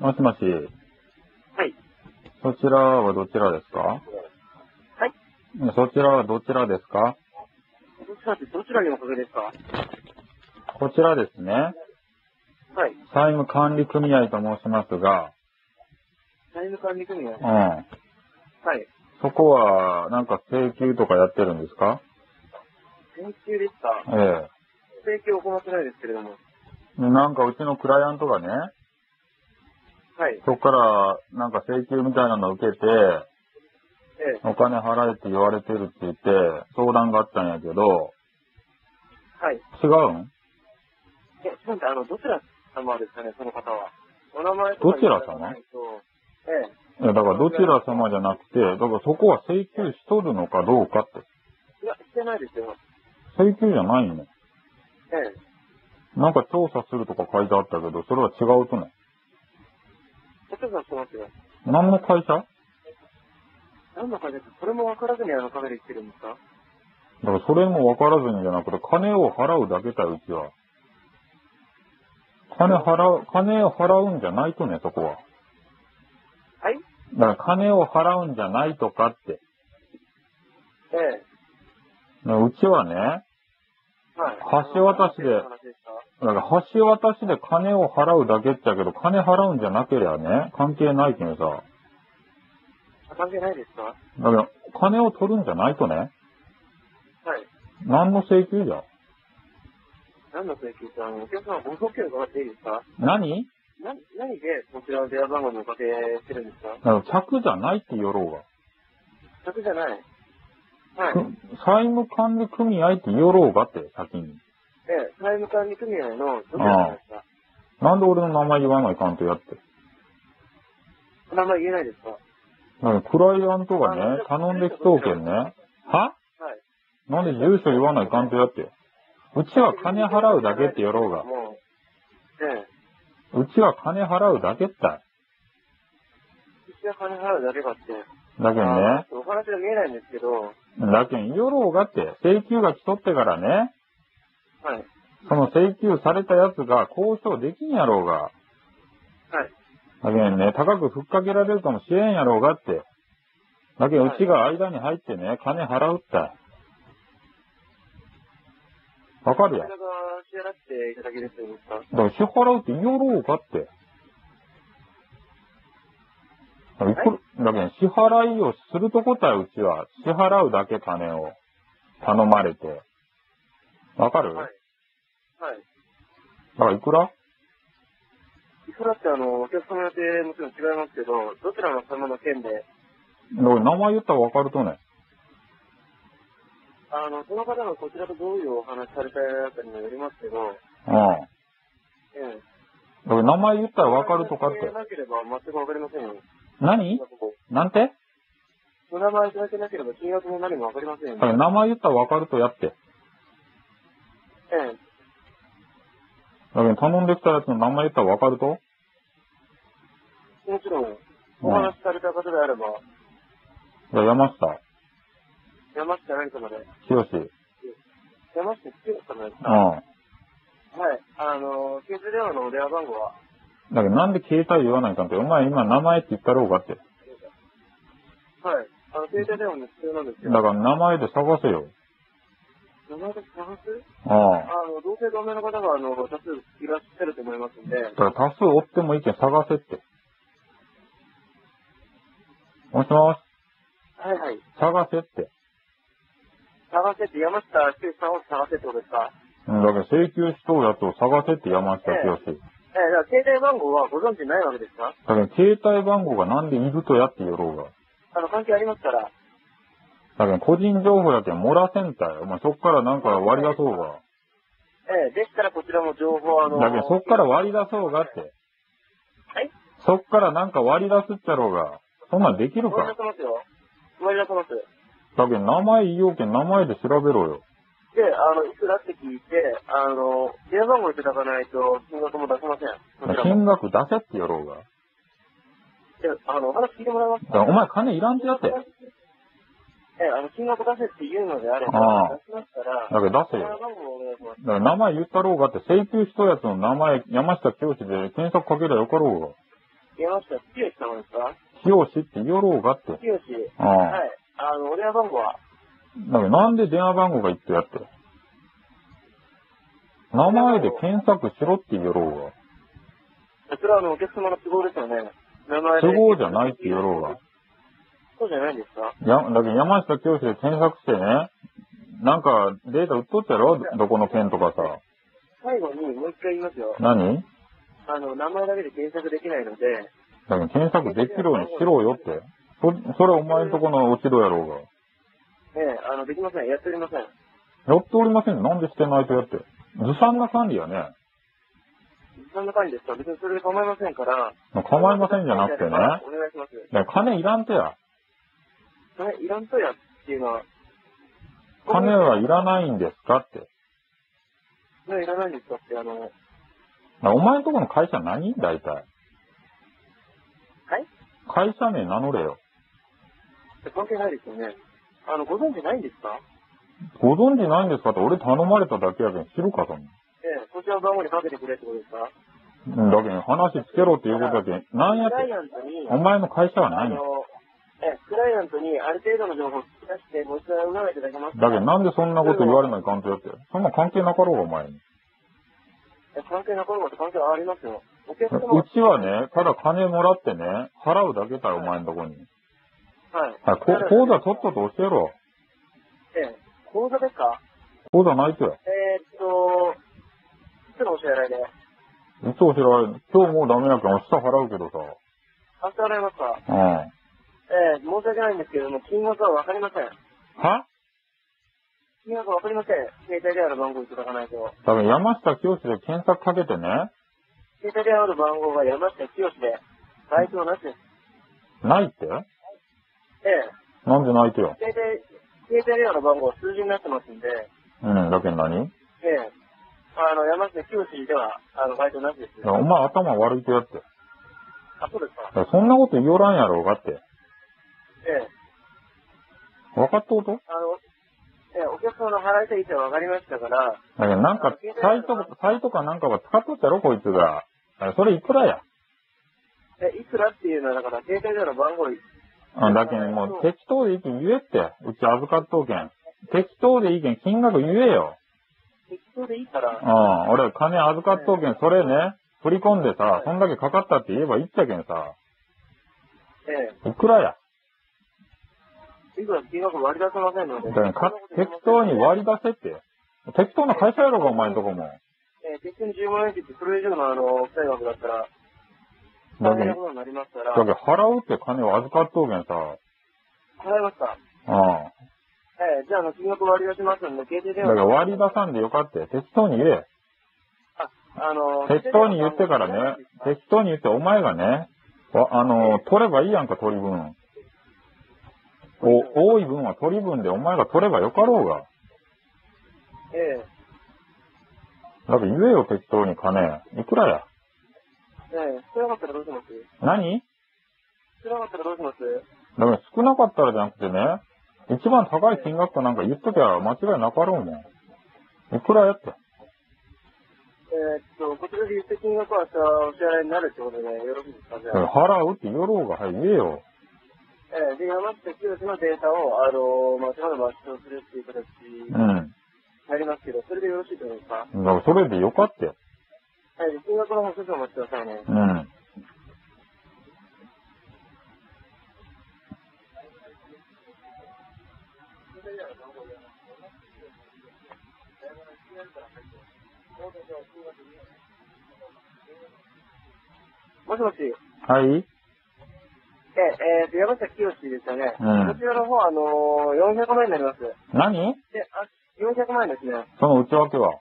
もしもし、はい。そちらはどちらですかはい。そちらはどちらですかどちらってどちらにおかげですかこちらですね、はい。債務管理組合と申しますが、財務管理組合。うはん。い。そこは、なんか請求とかやってるんですか請求ですかええ。請求を行ってないですけれども。でなんかうちのクライアントがね、はい。そこからなんか請求みたいなのを受けて、ええ。お金払えって言われてるって言って、相談があったんやけど、はい。い違うんや、ちょっと待ってあの、どちら様ですかね、その方は。お名前どちら様とか言っていただかないとええ。いや、だからどちら様じゃなくて、だからそこは請求しとるのかどうかって。いや、してないですよ。請求じゃないのええ。なんか調査するとか書いてあったけど、それは違うとね。お父さん、ちょっと待ってください。何の会社だか何の会社ですかそれもわからずにあのカフェで行ってるんですからそれも分からずにじゃなくて、金を払うだけだよ、うちは。金払う、金を払うんじゃないとね、そこは。はいだから金を払うんじゃないとかって。ええ。だからうちはね、はい。橋渡しであの話ですかだから橋渡しで金を払うだけっちゃけど、金払うんじゃなければね、関係ないけどさ。あ関係ないですかはだから、金を取るんじゃないとね、い。何の請求じゃ。何の請求ですかあの、お客様、ご送金伺っていいですか何な、何でこちらの電話番号におかけしてるんですかだから客じゃないって言おろうが。客じゃない。はい。く債務管理組合って言おろうがって、先に。え、財務管理組合のどちらですかなんで俺の名前言わないかんとやって。お名前言えないですかはなんかクライアントがあなんねで、。頼んできとうけんね。はいなんで住所言わないかんとやってよ。うちは金払うだけってやろうが。もう、ええ、うちは金払うだけったうちは金払うだけだって。い。だけんねあ。ーお話が見えないんですけど、はだけん、よろうがって、請求が来とってからね、い。はい。その請求されたやつが交渉できんやろうが。だけんね、高くふっかけられるかもしれんやろうがって。だけん、うちが間に入ってね、金払うったい。わかこるちらやん。が支払っていただけるというんですかだから支払うって言おろうかって。だからいくらだけん、支払いをするとこたい、うちは。支払うだけ金を頼まれて。わかる、はい。はい。だからいくらいくらってあの、お客様によってもちろん違いますけど、どちらの様の件で、だから名前言ったらわかるとね。あの、その方がこちらとどういうお話されたかにもよりますけど、うん。だええ。から名前言ったらわかるとかっお名前がて。なければ全くわかりませんよ。何今ここなんてお名前いただけなければ金額も何もわかりませんよだから名前言ったらわかるとやって。ええ。だけど頼んできたやつの名前言ったらわかるともちろん、お話しされた方であれば、じゃあ山下、山下何様で、清志。うん。山下清様ですか、だはい。あの、携帯電話のお電話番号は、けどなんで携帯言わないかんって。お前今名前って言ったろうかって。はい。あの、携帯電話の必要なんですよ。だから名前で探せよ。名前で探すああ。あの、同姓同名の方が、あの、多数いらっしゃると思いますんで、だから多数追ってもいいけん探せって。もしもし、はいはい。探せって。探せって、山下清さんを探せってことですかうん、だけど請求しとうやつを探せって山下清志。ええ、だから携帯番号はご存知ないわけですかだから携帯番号がなんでいるとやって言おろうが。あの、関係ありますから。だから個人情報やけん漏らせんたい。お前そっからなんか割り出そうが。ええ、ですからこちらも情報、あの、だけどそっから割り出そうがって。はいそっからなんか割り出すっちゃろうが。そんなんできる割り出か。せますよ。割り出せます。だけど名前言おうけん名前で調べろよ。で、あの、いくらって聞いて、あの、電話番号いただかないと、金額も出せません。こちらも。金額出せって言おろうが。だで、あの、お話聞いてもらいますからお前金いらんとやって。だええ、あの、金額出せって言うのであれあばあ、出しますから、けど出せ電よ話。番号をお願いします。だから名前言ったろうがって、請求したやつの名前、山下教師で検索かけりゃよかろうが。山下清さんですか清志って言おろうがって。清ああ。はい。あの、お電話番号はだけどなんで電話番号が一定やって。名前で検索しろって言おろそれはあの、お客様の都合ですよね。名う前が。都合じゃないって言おろうが。そうじゃないんですかや、だけど山下教師で検索してね、なんかデータ売っとったやろどこの県とかさ。最後にもう一回言いますよ。何あの、名前だけで検索できないので、だけど検索できるようにしろよって。そ、それお前んとこの落ち度やろうが。ええ、あの、できません。やっておりません。やっておりませんね。なんでしてないとやって。ずさんな管理やね。そんな感じですか別にそれで構いませんから。構いませんじゃなくてね。お願いします。だから金いらんてや。それ、いらんとやっていうのは、金はいらないんですかって。だかそれいらないんですかって、あの、はいらお前んとこの会社何大体。会社名名乗れよ。関係ないですよね。あの、ご存知ないんですかご存知ないんですかって俺頼まれただけやけん知るかそんええ、こちらの番号にかけてくれってことですかな。うんだけど話つけろっていうことだけん、なんやっクライて、アントに、お前の会社はあないんだ。の、ええ、クライアントにある程度の情報を聞き出して、ご質問を伺いいただけますだかけどなんでそんなこと言われないかんとやって。そんな関係なかろうがお前に。え関係なかろうがと関係はありますよ。お客様うちは、ね、ただ金もらってね、払うだけだよお前のとこに。はい。はい、こ口座取っとと教えろ。ええ、口座ですか口座ないとや。えー、っと、いつのお支払いでいつ教えられる今日もうダメやけん明日払うけどさ。明日払いますかうん。はええ申し訳ないんですけれども、金額はわかりません。金額はわかりません。携帯電話の番号いただかないと。だから山下清で検索かけてね、携帯電話の番号が山下清で、該当なしです。ないってええなんでないとよ。携帯、携帯電話の番号は数字になってますんで、うん、だけど何ええあの、山下清では、あの、該当なしですいや。お前頭悪いとやって。あ、そうですか。そんなこと言おらんやろうがって。ええ分かっとうとだあの、ええお客様の払いたい意思はわかりましたから、けどなんか、サイト、サイトかなんかが使っとったやろ、こいつが。あそれいくらや。え、いくらっていうのは、だから、携帯電話の番号、あだけどもう適当でいいけん言えって。うち預かっとうけん。適当でいいけん金額言えよ。適当でいいからう、ん、俺金預かっとうけん、それね、振り込んでさ、そんだけかかったって言えばいいっちゃけんさ、ええいくらや。いくら金額割り出せませんので。だからか適当に割り出せって。適当な会社やろうが、お前んとこも。えー、適当に10万円って言って、それ以上のあの、負債額だったら、だ大け変などことになりますかだら、け払ど払うって金を預かっとうけんさ、いました。うん。えー、じゃあ、あの、金額割り出しますんで、携帯電だ話。から割り出さんでよかって、適当に言え。あ、あの、適当に言ってからね、え適当に言って、お前がね、わあの、取ればいいやんか、取り分。お、多い分は取り分で、お前が取ればよかろうが。えだって言えよ、適当に金。いくらや。ええ少なかったらどうします何少なかったらどうしますだから少なかったらじゃなくてね、一番高い金額かなんか言っときゃ間違いなかろうもん。いくらやって。えー、っと、こちらで言った金額は明日お支払いになるってことで、よろしいですかじだゃかあ。ら払うって言おろうが、はい、言えよ。えー、で、山下清のデータを、あの、まあ、ま抹消するっていう形にうん。なりますけど、それでよろしいと思いますかだからそれでよかって。はい、金額の方少々お待ちくださいね。うん。もしもし。はいえ、えーと、山下清ですよね。うこんちらの方、あのー、400万円になります。何で、あ、400万円ですね。その内訳は。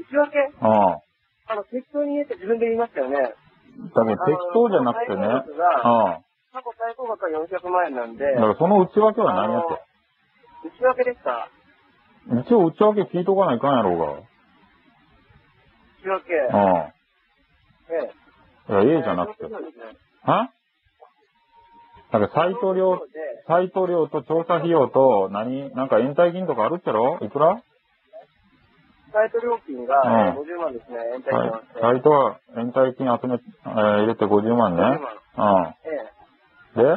内訳ああ。あの、適当に言えって自分で言いましたよね。だけど適当じゃなくてね。あの最高額が、ああ。過去最高額が400万円なんで、だからその内訳は何や内訳ですかって。一応内訳聞いとかないかんやろ内訳。うが。あえあ。いえや、A じゃなくて。そうですねはだから斎藤亮、でサイト料と調査費用と何、なんか延滞金とかあるっちゃろいくらサイト料金がうん50万ですね、延滞してまはしいて。サイトは延滞金集め、えー入れて50万ね。ええ。うん。で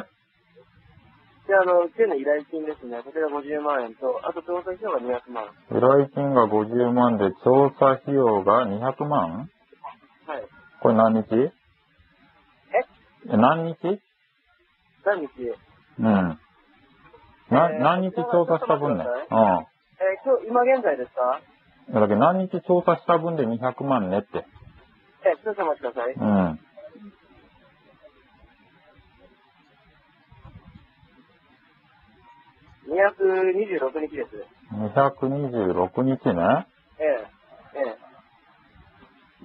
で、あの、県の依頼金ですね。こちら50万円と、あと調査費用が200万。依頼金が50万で、調査費用が200万はい。これ何日え何日何日うん。な、えー何日調査した分ちね。ょっとうん。えー今日、今現在ですかだけど何日調査した分で200万ねって。えー、少々お待ちください。うん。 226日です。 226日ね。ええ。ええ。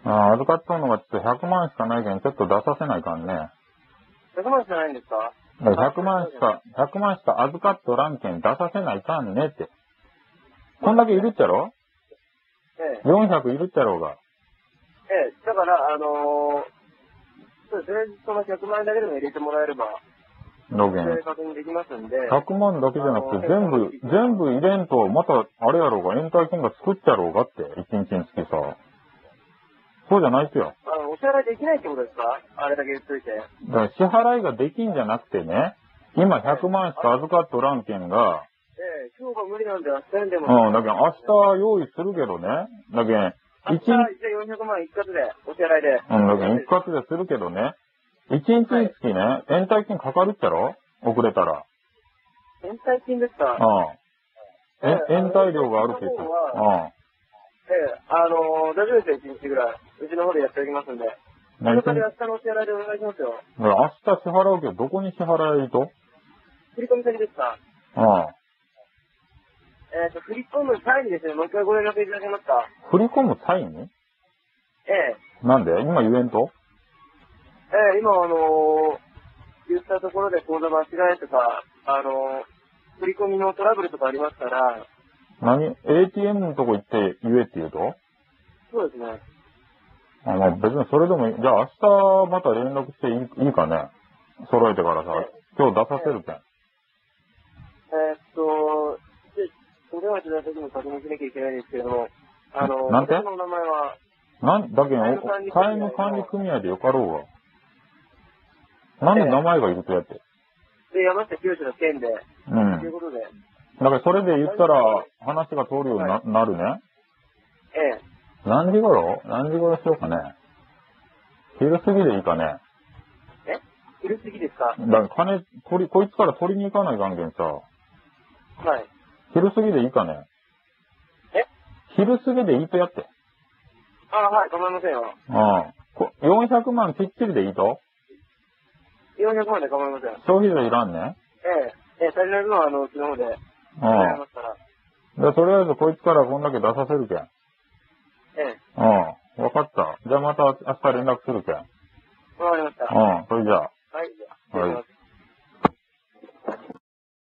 うん、預かっとんのがちょっと100万しかないけん、ちょっと出させないかんね。 100万じゃないんですかだから100万しか、100万しか預かっとらんけん出させないかんねって。こんだけいるっちゃろええ。 ?400 いるっちゃろうが。ええ。だから、あのー、そうですね、その100万円だけでも入れてもらえれば、ロそゲン。れで確認できますんで、 100万だけじゃなくて、あ全の部、全部入れんと、また、あれやろうが、延滞金が作っちゃろうがって、一日につきさ。そうじゃないっすよ。あのお支払いできないってことですかあれだけ言っといて。だから支払いができんじゃなくてね、今100万しか預かっとらんけんが、ええ、今日が無理なんで明日にでうも。ん、だけど明日用意するけどね、だけん、明日、じ一日ゃあ400万一括で、お支払いで。うん、だけど一括でするけどね、一日につきね、延滞金かかるっちゃろ遅れたら。延滞金ですうかえん。ええ延滞料があるけど。その方ええ、あのー、大丈夫ですよ、一日ぐらい。うちの方でやっておきますんで。うそん。ねの一代日わり明日のお支払いでお願いしますよ。だから明日支払うけど、どこに支払いと振り込み先ですかうん。えっ、と、振り込む際にですね、もう一回ご連絡いただけますか振り込む際にええ。なんで今言えんとええ、今、あのー、言ったところで口座間違えとか、あのー、振り込みのトラブルとかありますから、何 ?ATM のとこ行って言えって言うとそうですね。あまあ別にそれでもいい。じゃあ明日また連絡していいいいかね揃えてからさえ、今日出させるけん。えーっと、で、お電話いただいた時も確認しなきゃいけないんですけれども、あの、なんて私のお名前は、なん、だけど債務管理組合の、債務管理組合でよかろうが。なんで名前がいるとやって。で、山下清の件で、う。というんことで、だからそれで言ったらは話が通るようにななるね。ええ、何時頃何時頃しようかね。昼過ぎでいいかね。え古すぎですかだから金取り、こいつから取りに行かない関係さ。はい。昼過ぎでいいかねえ昼過ぎでいいとやって。あはい、構いませんよ。うん。こ400万きっちりでいいと400万で構いません。消費税いらんねええ、ええ、足りない分は、あの、うちの方で、やりうますから、ん。で、とりあえずこいつからこんだけ出させるけん。ええ、うん。わかった。じゃあまた明日連絡するけん。わかりました。うん。それじゃあ。はい、じゃあ、失礼します。